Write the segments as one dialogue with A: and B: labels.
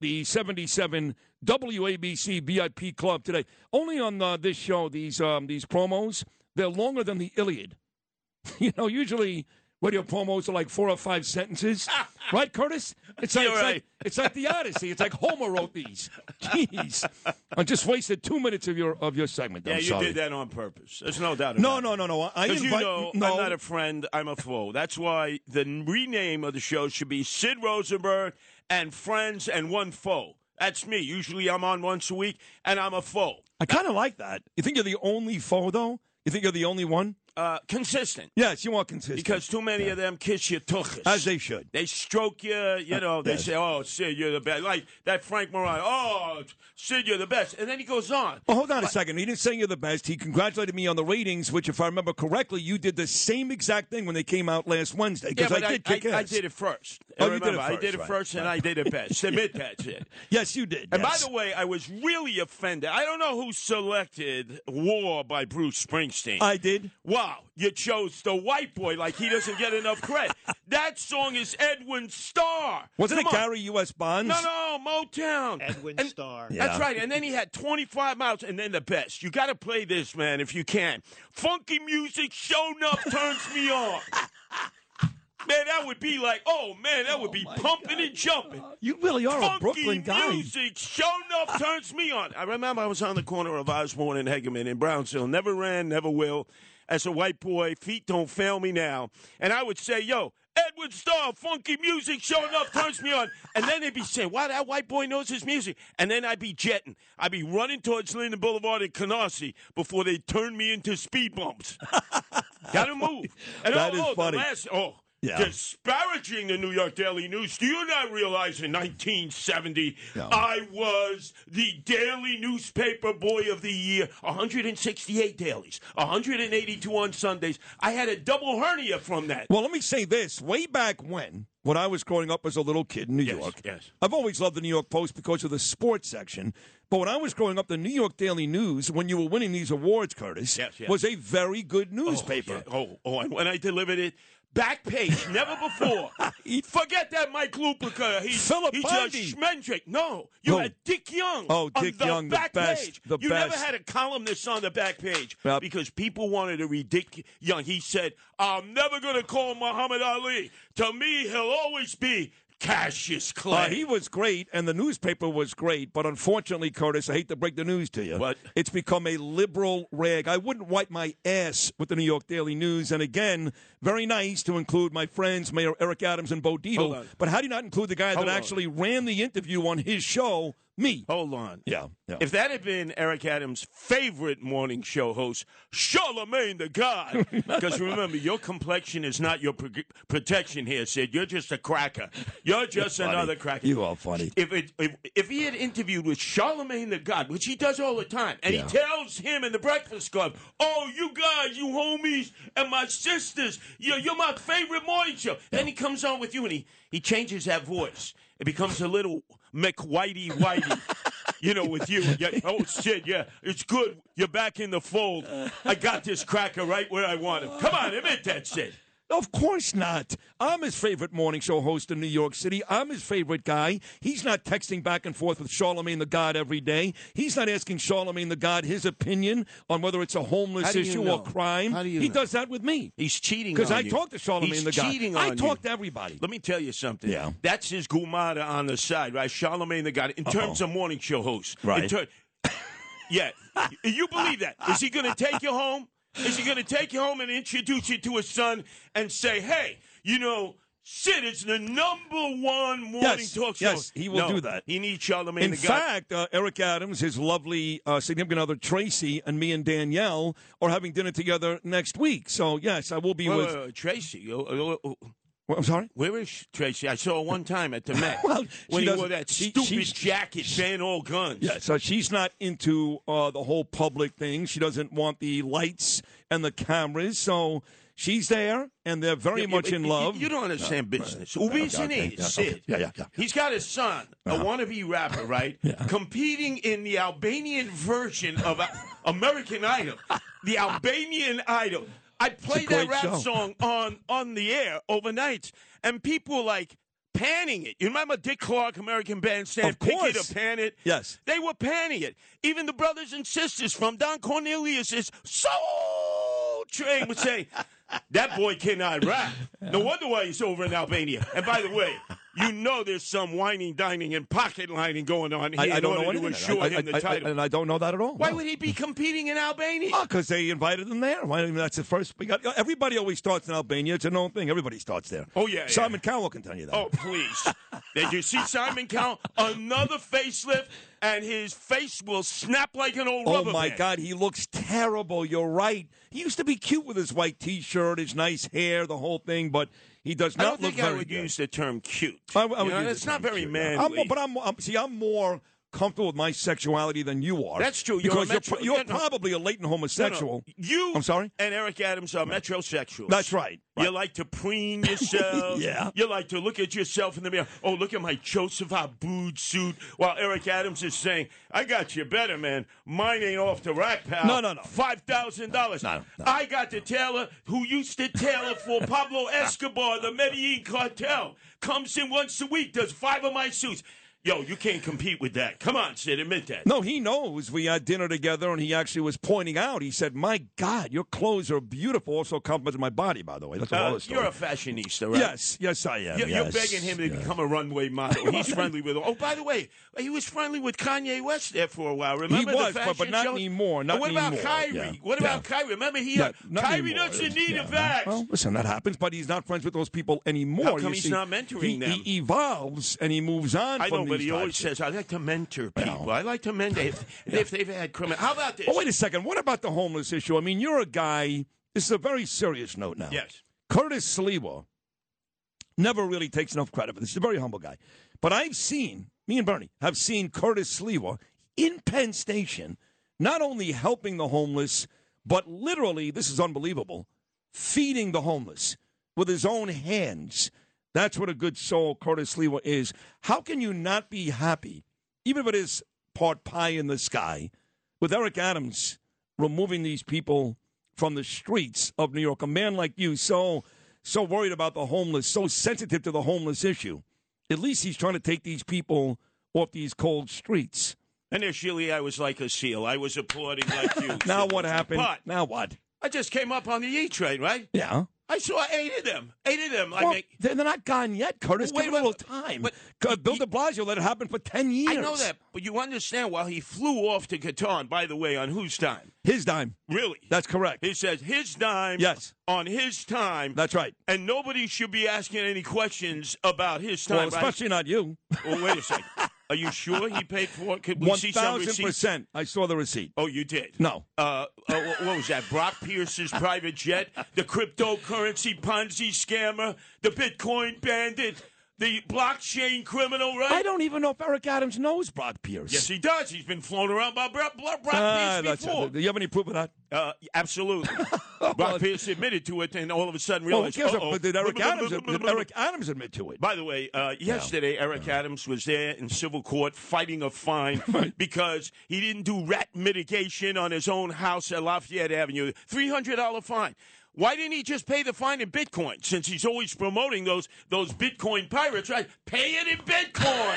A: the 77 WABC VIP Club today. Only on uh, this show, these um, these promos, they're longer than the Iliad. you know, usually radio promos are like four or five sentences, right, Curtis? It's like, it's, like it's like the Odyssey. It's like Homer wrote these. Jeez, I just wasted two minutes of your of your segment.
B: Yeah,
A: I'm
B: you
A: sorry.
B: did that on purpose. There's no doubt.
A: No,
B: about
A: no, no, no. I
B: Because you
A: invite-
B: know,
A: no.
B: I'm not a friend. I'm a foe. That's why the n- rename of the show should be Sid Rosenberg and Friends and One Foe. That's me. Usually, I'm on once a week, and I'm a foe.
A: I kind of like that. You think you're the only foe, though? You think you're the only one?
B: Uh, consistent,
A: Yes, you are consistent.
B: because too many of them kiss your tuchus.
A: as they should.
B: They stroke you, you know. They say, "Oh, Sid, you're the best." Like that Frank Moran. Oh, Sid, you're the best. And then he goes on.
A: Well, hold on a second. He didn't say you're the best. He congratulated me on the ratings, which, if I remember correctly, you did the same exact thing when they came out last Wednesday. Because
B: but
A: I did kick
B: I,
A: ass.
B: did it first.
A: Oh, you did it
B: remember, I
A: first,
B: did it
A: right,
B: first, and I did it best. Admit that shit.
A: Yes, you did.
B: And
A: yes.
B: by the way, I was really offended. I don't know who selected War by Bruce Springsteen.
A: I did.
B: wow, you chose the white boy like he doesn't get enough credit. that song is Edwin Starr.
A: Wasn't
B: Come
A: it
B: on.
A: Gary U.S. Bonds?
B: No, no, Motown.
C: Edwin
B: And-
C: Starr.
A: Yeah.
B: That's right. And then he had 25 miles, and then the best. You got to play this, man, if you can. Funky music, showing up, turns me on. Man, that would be like, oh man, that would be pumping and jumping.
A: You really are a
B: Funky
A: Brooklyn guy.
B: music, showing up, turns me on. I remember I was on the corner of Osborne and Hegeman in Brownsville. Never ran, never will. As a white boy, feet don't fail me now. And I would say, yo, Edward Starr, funky music, showing up, turns me on. And then they'd be saying, wow, that white boy knows his music. And then I'd be jetting. I'd be running towards Linden Boulevard and Canarsie before they turn me into speed bumps. Gotta move. And
A: That
B: oh,
A: is
B: oh, the
A: funny.
B: last- oh,
A: Yeah.
B: disparaging the New York Daily News. Do you not realize in 1970
A: No.
B: I was the daily newspaper boy of the year? 168 dailies, 182 on Sundays. I had a double hernia from that.
A: Well, let me say this. Way back when, when I was growing up as a little kid in New
B: Yes,
A: York,
B: yes.
A: I've always loved the New York Post because of the sports section. But when I was growing up, the New York Daily News, when you were winning these awards, Curtis,
B: Yes, yes.
A: was a very good newspaper.
B: Oh, yeah. oh, oh, and when I delivered it, back page, never before. Forget that Mike Lupica. He,
A: Philip
B: he's
A: Bundy.
B: a Schmendrick. No, you
A: No.
B: had Dick Young.
A: Oh,
B: on
A: Dick
B: the
A: Young, the
B: back
A: best,
B: Page.
A: the
B: you never
A: best.
B: had a columnist on the back page
A: Yep.
B: because people wanted to read Dick Young. He said, "I'm never going to call Muhammad Ali. To me, he'll always be Cassius Clay."
A: Uh, he was great, and the newspaper was great, but unfortunately, Curtis, I hate to break the news to you.
B: What?
A: It's become a liberal rag. I wouldn't wipe my ass with the New York Daily News. And again, very nice to include my friends, Mayor Eric Adams and Bo
B: Hold
A: Deedle.
B: on.
A: But how do you not include the guy
B: Hold
A: that
B: on.
A: actually ran the interview on his show, me?
B: Hold on.
A: Yeah, yeah.
B: If that had been Eric Adams' favorite morning show host, Charlemagne the God, because remember, your complexion is not your pro- protection here, Sid. You're just a cracker. You're just another cracker.
A: You are funny.
B: If, it, if if he had interviewed with Charlemagne the God, which he does all the time, and
A: Yeah.
B: he tells him in the Breakfast Club, "Oh, you guys, you homies, and my sisters, you're, you're my favorite morning show." Then he comes on with you, and he he changes that voice. It becomes a little McWhitey Whitey. You know, with you, yeah, oh shit, yeah, it's good. You're back in the fold. I got this cracker right where I want him. Come on, admit that shit.
A: Of course not. I'm his favorite morning show host in New York City. I'm his favorite guy. He's not texting back and forth with Charlemagne the God every day. He's not asking Charlemagne the God his opinion on whether it's a homeless
B: How do you
A: issue
B: know?
A: or crime.
B: How do you
A: he
B: know?
A: does that with me.
B: He's cheating
A: Because
B: on
A: I
B: you.
A: talk to Charlemagne
B: He's
A: the God.
B: cheating
A: I
B: on
A: talk
B: you.
A: to everybody.
B: Let me tell you something.
A: Yeah.
B: That's his gumata on the side, right? Charlemagne the God. In terms of morning show hosts. in
A: Right.
B: ter- yeah. You believe that. Is he going to take you home? Is he going to take you home and introduce you to his son and say, hey, you know, Sid is the number one morning
A: Yes,
B: talk show?
A: yes, he will
B: No,
A: do that.
B: He needs Charlemagne
A: In
B: the God.
A: fact, uh, Eric Adams, his lovely uh, significant other Tracy, and me and Danielle are having dinner together next week. So yes, I will be
B: Wait,
A: with.
B: wait, wait, Tracy, oh, oh, oh,
A: Well, I'm sorry.
B: Where is she, Tracy? I saw her one time at the Met
A: Well, she
B: when he wore
A: doesn't-
B: that
A: she-
B: stupid
A: she's-
B: jacket saying all guns.
A: Yeah, so she's not into uh, the whole public thing. She doesn't want the lights and the cameras. So she's there, and they're very
B: Yeah,
A: much
B: but
A: in
B: you-
A: love.
B: You, don't understand business. The
A: okay,
B: reason
A: okay,
B: is,
A: yeah,
B: Sid,
A: okay. Yeah, Uh-huh. yeah, yeah.
B: he's got his son, a wannabe rapper, right? Competing in the Albanian version of uh, American Idol. The Albanian Idol. I play that
A: great
B: rap
A: show.
B: song on, on the air overnight, and people like panning it. You remember Dick Clark, American Bandstand?
A: Of
B: Pick it
A: course.
B: or pan it?
A: Yes.
B: They were panning it. Even the brothers and sisters from Don Cornelius's Soul Train would say, That boy cannot rap. No wonder why he's over in Albania. And by the way, you know there's some whining, dining, and pocket lining going on here
A: I, I
B: in
A: don't know
B: order to
A: anything.
B: assure
A: I, I-
B: him the
A: I- I-
B: title.
A: and I don't know that at all.
B: why
A: No.
B: would he be competing in Albania?
A: because they invited them there. Why, that's the first. We got everybody always starts in Albania. It's a known thing. Everybody starts there.
B: Oh, yeah, yeah.
A: Simon Cowell can tell you that.
B: Oh, please. Did you see Simon Cowell? Another facelift, and his face will snap like an old
A: Oh,
B: rubber
A: my
B: band.
A: God, he looks terrible. You're right. He used to be cute with his white T-shirt, his nice hair, the whole thing, but he does
B: I
A: not
B: don't
A: look
B: think
A: very
B: I would
A: good.
B: use the term cute.
A: I, I would
B: You know,
A: use
B: it's
A: the
B: not
A: term
B: very
A: cute, yeah.
B: manly.
A: I'm, more- but I'm, I'm see, I'm more comfortable with my sexuality than you are.
B: That's true. You're a
A: Because you're,
B: metro-
A: pro- you're
B: no, no.
A: probably a latent
B: No, no.
A: homosexual.
B: You
A: I'm sorry?
B: And Eric Adams are metrosexuals.
A: That's right.
B: You like to preen yourself.
A: Yeah.
B: You like to look at yourself in the mirror. Oh, look at my Joseph Abood suit. While Eric Adams is saying, I got you better, man. Mine ain't off the rack, pal.
A: No, no, no.
B: $5,000.
A: No, no.
B: I got the tailor who used to tailor for Pablo Escobar, the Medellin cartel. Comes in once a week, does five of my suits. Yo, you can't compete with that. Come on, Sid, admit that.
A: No, he knows. We had dinner together, and he actually was pointing out. He said, "My God, your clothes are beautiful." Also compliments my body, by the way. That's a whole
B: Uh,
A: other story.
B: you're a fashionista, right?
A: yes, yes, I am.
B: You're, you're
A: yes.
B: begging him to
A: Yeah.
B: become a runway model. He's friendly with. Oh, by the way, he was friendly with Kanye West there for a while. Remember
A: was,
B: the
A: but-
B: fashion
A: but not
B: shows?
A: anymore,
B: And
A: not
B: what about
A: anymore,
B: Kyrie?
A: yeah.
B: What about Kyrie? Remember he uh,
A: Yeah, not
B: Kyrie
A: anymore.
B: doesn't need
A: Yeah.
B: a vax.
A: Well, listen, that happens, but he's not friends with those people anymore.
B: How come
A: you
B: he's
A: see.
B: not mentoring
A: he,
B: them?
A: He evolves and he moves on.
B: I
A: from
B: know, but
A: these
B: he always
A: types.
B: says, "I like to mentor people. I like to mentor if, if they've had criminal." How about this?
A: Oh, wait a second. What about the homeless issue? I mean, you're a guy. This is a very serious note now.
B: Yes.
A: Curtis Sliwa never really takes enough credit for this. He's a very humble guy. But I've seen, me and Bernie have seen Curtis Sliwa in Penn Station not only helping the homeless, but literally, this is unbelievable, feeding the homeless with his own hands. That's what a good soul Curtis Sliwa is. How can you not be happy, even if it is part pie in the sky, with Eric Adams removing these people from the streets of New York. A man like you, so so worried about the homeless, so sensitive to the homeless issue. At least he's trying to take these people off these cold streets.
B: Initially, I was like a seal. I was applauding like you.
A: Now what happened?
B: But
A: now what?
B: I just came up on the E train, right?
A: Yeah.
B: I saw eight of them. Eight of them. I
A: Well,
B: make,
A: they're they're not gone yet, Curtis.
B: Well,
A: Give
B: wait,
A: it a little
B: wait,
A: time.
B: but-
A: God, Bill de Blasio let it happen for 10 years.
B: I know that, but you understand while he flew off to Qatar, and by the way, on whose time?
A: His dime.
B: Really?
A: That's correct.
B: He says his dime
A: Yes.
B: on his time.
A: That's right.
B: and nobody should be asking any questions about his time.
A: Well,
B: right?
A: especially not you.
B: Well, wait a second. Are you sure he paid for it? Could we see some receipts?
A: 1,000%. I saw the receipt.
B: Oh, you did?
A: No.
B: Uh, uh, wh- what was that? Brock Pierce's private jet, the cryptocurrency Ponzi scammer, the Bitcoin bandit, the blockchain criminal, right?
A: I don't even know if Eric Adams knows Brock Pierce.
B: Yes, he does. He's been flown around by Brock, Brock
A: Ah,
B: Pierce
A: that's it.
B: before.
A: Do you have any proof of that?
B: Uh, absolutely. Brock Pierce admitted to it, and all of a sudden
A: Well, who
B: realized.
A: cares?
B: "Uh-oh."
A: But did Eric Adams, did Eric Adams admit to it?
B: By the way, uh, yesterday Eric Adams was there in civil court fighting a fine because he didn't do rat mitigation on his own house at Lafayette Avenue. Three hundred dollar fine. Why didn't he just pay the fine in Bitcoin? Since he's always promoting those those Bitcoin pirates, right? Pay it in Bitcoin.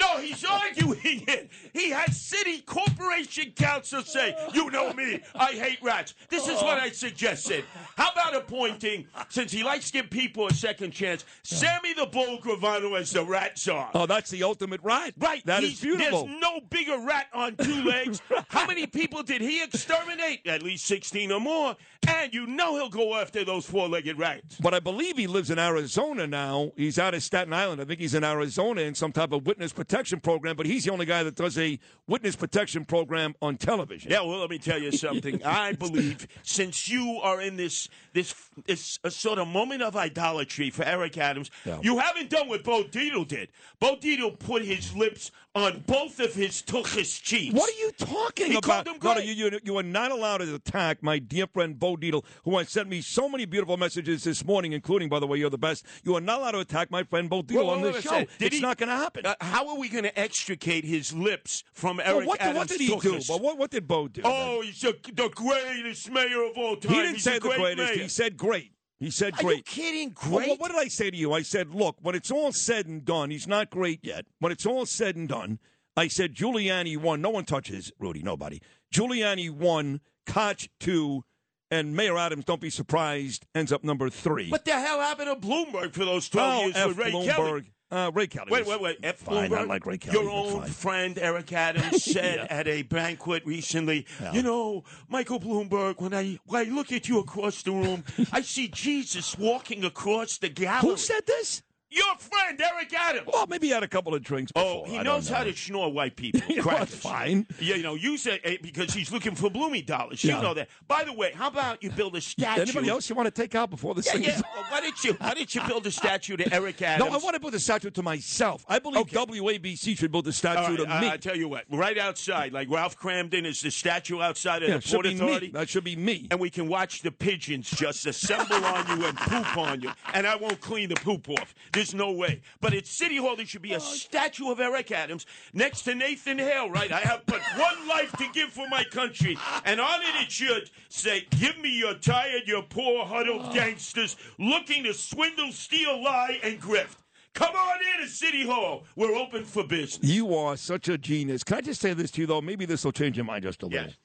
B: No, he's arguing it. He had city corporation council say, "You know me, I hate rats." This is what I suggested. How about appointing, since he likes to give people a second chance, Sammy the Bull Gravano as the rat czar.
A: Oh, that's the ultimate right.
B: Right,
A: That is
B: he's-
A: beautiful.
B: There's no bigger rat on two legs. How many people did he exterminate? At least sixteen or more. And you know he'll go after those four-legged rats.
A: But I believe he lives in Arizona now. He's out of Staten Island. I think he's in Arizona in some type of witness protection program, but he's the only guy that does a witness protection program on television.
B: Yeah, well, let me tell you something. I believe since you are in this this this a sort of moment of idolatry for Eric Adams,
A: Yeah.
B: you haven't done what Bo Deedle did. Bo Deedle put his lips on both of his tuchus cheeks.
A: What are you talking
B: He
A: about?
B: called him
A: No, no,
B: great.
A: you, you, you are not allowed to attack my dear friend Bo Deedle, who has sent me so many beautiful messages this morning, including, by the way, you're the best. You are not allowed to attack my friend Bo Deedle
B: Whoa, whoa,
A: on
B: wait
A: this
B: a
A: show.
B: second. Did
A: it's
B: he-
A: not going to happen.
B: Uh, how are we going to extricate his lips from Eric
A: Well, what,
B: Adams?
A: what did he do?
B: tuchus?
A: Well, what, what did Bo do?
B: Oh, he's the, the greatest mayor of all time.
A: he didn't
B: He's
A: say
B: a
A: the
B: great
A: greatest.
B: mayor.
A: He said great. He said
B: Are
A: great.
B: you kidding?
A: Well,
B: Great.
A: What, what did I say to you? I said, look, when it's all said and done, he's not great yet. When it's all said and done, I said Giuliani won. No one touches Rudy. Nobody. Giuliani won. Koch two, and Mayor Adams. Don't be surprised. Ends up number three.
B: what the hell happened to Bloomberg for those twelve
A: Oh,
B: years
A: F.
B: with Ray
A: Bloomberg.
B: Kelly?
A: Uh, Ray Kelly.
B: Wait,
A: was
B: wait, wait. F.
A: Fine.
B: Bloomberg,
A: I like Ray Kelly.
B: Your
A: but
B: own
A: fine.
B: friend Eric Adams said at a banquet recently, you know, Michael Bloomberg, when I when I look at you across the room, I see Jesus walking across the gallery.
A: Who said this?
B: Your friend Eric Adams.
A: Well, maybe he had a couple of drinks.
B: Oh,
A: before.
B: he
A: I don't
B: knows
A: know.
B: how to snore white people.
A: Yeah, well,
B: Crackers.
A: fine.
B: Yeah, you know, you said eh, because he's looking for blooming dollars.
A: Yeah.
B: You know that. By the way, how about you build a statue?
A: Anybody else you want to take out before this
B: Yeah,
A: thing?
B: yeah.
A: is-
B: Well, why didn't you? Why didn't you build a statue to Eric Adams?
A: No, I want to build a statue to myself. I believe
B: Okay.
A: WABC should build a
B: All
A: statue
B: right, uh,
A: to me.
B: I, I tell you what, right outside, like Ralph Cramden is the statue outside of
A: Yeah,
B: the
A: it should
B: Port
A: be me.
B: Authority,
A: That should be me.
B: and we can watch the pigeons just assemble on you and poop on you. And I won't clean the poop off. There's no way. But at City Hall, there
A: Oh.
B: should be a statue of Eric Adams next to Nathan Hale. Right? I have but one life to give for my country, and on it it should say, "Give me your tired, your poor,
A: Oh.
B: huddled gangsters looking to swindle, steal, lie, and grift." Come on in to City Hall. We're open for business.
A: You are such a genius. Can I just say this to you, though? Maybe this will change your mind just a little.
B: Yes.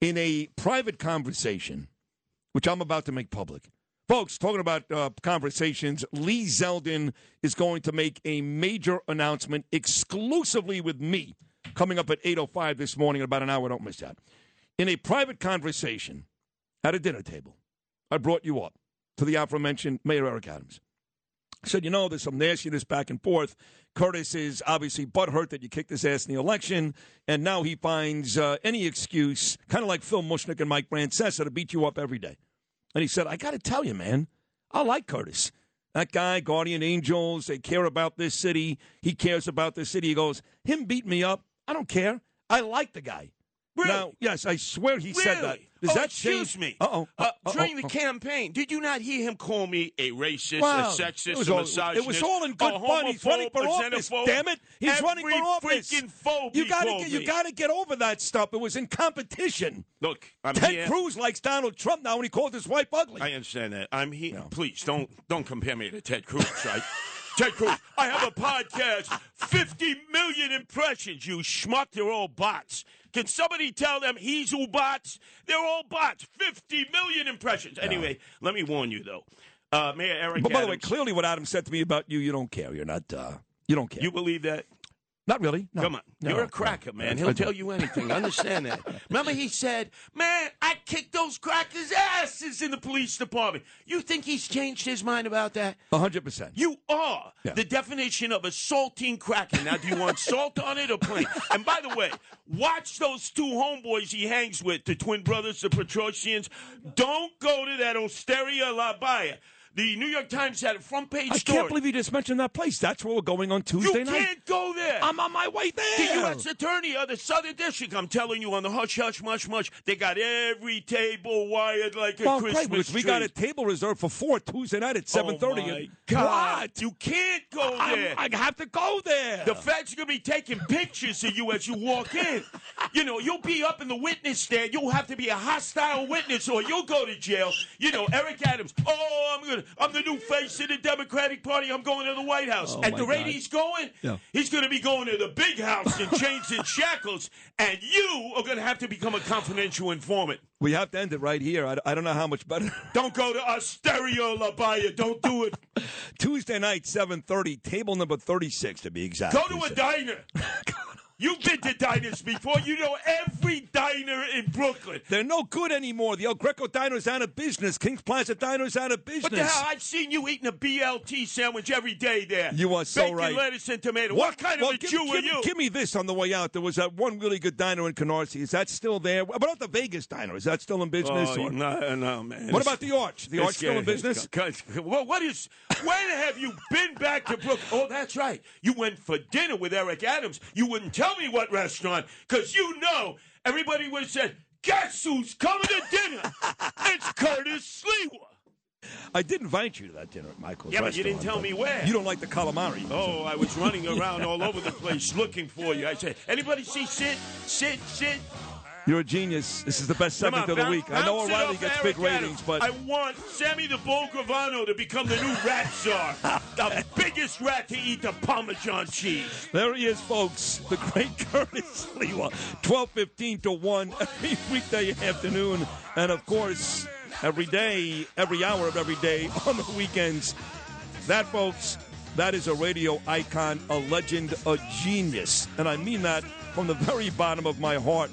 A: In a private conversation, which I'm about to make public, folks, talking about uh, conversations, Lee Zeldin is going to make a major announcement exclusively with me coming up at 8.05 this morning in about an hour. Don't miss that. In a private conversation at a dinner table, I brought you up to the aforementioned Mayor Eric Adams said, you know, there's some nastiness back and forth. Curtis is obviously butthurt that you kicked his ass in the election, and now he finds uh, any excuse, kind of like Phil Mushnick and Mike Brancesa, to beat you up every day. And he said, I got to tell you, man, I like Curtis. That guy, Guardian Angels, they care about this city. He cares about this city. He goes, him beat me up. I don't care. I like the guy.
B: Really?
A: Now, yes, I swear he
B: really?
A: said that. Does
B: oh,
A: that
B: excuse
A: change?
B: me?
A: Uh-oh.
B: Uh,
A: Uh-oh.
B: during the campaign, did you not hear him call me a racist,
A: Wow.
B: a sexist,
A: It was
B: a
A: all-
B: misogynist?
A: it was all in good
B: a
A: fun. He's
B: homophobe,
A: running for
B: a
A: office.
B: xenophobe?
A: Damn it! He's
B: Every
A: running for office.
B: freaking phobe
A: you
B: he
A: gotta
B: called
A: get, you
B: me.
A: got to get over that stuff. It was in competition.
B: Look, I'm
A: Ted
B: here.
A: Cruz likes Donald Trump now, and he called his wife ugly.
B: Um, I understand that. I'm here. Please don't don't compare me to Ted Cruz, right? Ted Cruz, I have a podcast, 50 million impressions. You schmuck, they're all bots. Can somebody tell them he's who bots? They're all bots. 50 million impressions. Anyway, let me warn you though, uh, Mayor Eric.
A: but by the way,
B: Adams,
A: clearly, what Adam said to me about you, you don't care. You're not. Uh, you don't care.
B: you believe that?
A: not really. No.
B: Come on.
A: No.
B: You're a cracker, man.
A: I
B: He'll
A: do.
B: tell you anything. Understand that. Remember, he said, Man, I kicked those crackers' asses in the police department. You think he's changed his mind about that?
A: A hundred percent.
B: You are
A: Yeah.
B: the definition of a saltine cracker. Now, do you want salt on it or plain? And by the way, watch those two homeboys he hangs with, the twin brothers, the Petrosians. Don't go to that Osteria La Baya. The New York Times had a front page
A: I
B: story.
A: can't believe you just mentioned that place. That's where we're going on
B: you
A: Tuesday
B: can't
A: night.
B: go there.
A: I'm on my way there.
B: The U.S. Attorney of the Southern District, I'm telling you, on the hush, hush, mush, mush, they got every table wired like a
A: Well,
B: Christmas
A: great, because we
B: tree.
A: got a table reserved for four Tuesday night at seven thirty.
B: Oh, my God.
A: What?
B: You can't go there.
A: I'm- I have to go there.
B: the feds are going to be taking pictures of you as you walk in. You know, you'll be up in the witness stand. You'll have to be a hostile witness or you'll go to jail. You know, Eric Adams, oh, I'm going to I'm the new face of the Democratic Party. I'm going to the White House.
A: Oh,
B: At
A: my
B: the rate
A: God.
B: he's going,
A: Yeah.
B: he's going to be going to the big house in chains and shackles, and you are going to have to become a confidential informant.
A: we have to end it right here. I, I don't know how much better.
B: Don't go to Osteria La Baya. Don't do it.
A: Tuesday night, seven thirty, table number thirty-six to be exact.
B: Go to a diner. You've been to diners before. You know every diner in Brooklyn.
A: They're no good anymore. The El Greco diner's out of business. Kings Plaza diner's out of business.
B: What the hell? I've seen you eating a BLT sandwich every day there.
A: You are so
B: Bacon,
A: right.
B: lettuce, and tomato. What, kind
A: well,
B: of a
A: give,
B: Jew
A: give,
B: are you?
A: Give me this on the way out. There was that one really good diner in Canarsie. Is that still there? What about the Vegas diner? Is that still in business?
B: Oh,
A: or-
B: no, no, man.
A: What about the Arch? The
B: It's
A: Arch still in
B: getting-
A: business?
B: it's- Well, what is? When have you been back to Brooklyn? Oh, that's right. You went for dinner with Eric Adams. You wouldn't tell me what restaurant because you know everybody would have said, "Guess who's coming to dinner? It's Curtis Slewa."
A: I did invite you to that dinner at Michael's.
B: Yeah, but you didn't
A: restaurant,
B: tell
A: but
B: me where.
A: You don't like the calamari.
B: Oh, I was running around all over the place looking for you. I said, "Anybody see Sid? Sid? Sid?"
A: You're a genius. This is the best
B: Come
A: segment
B: on,
A: of the
B: bounce-
A: week. I know
B: bounce it
A: O'Reilly
B: off
A: gets
B: Eric
A: big ratings,
B: Adams.
A: but
B: I want Sammy the Bull Gravano to become the new rat czar, the biggest rat to eat the Parmesan cheese.
A: there he is, folks. The great Curtis Lewa. 12.15 to 1 every weekday afternoon. And, of course, every day, every hour of every day on the weekends. That, folks, that is a radio icon, a legend, a genius. And I mean that from the very bottom of my heart.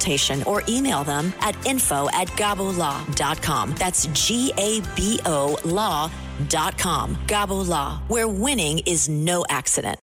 C: or email them at info at gabolaw.com. That's G A B O law.com. Gabo Law, where winning is no accident.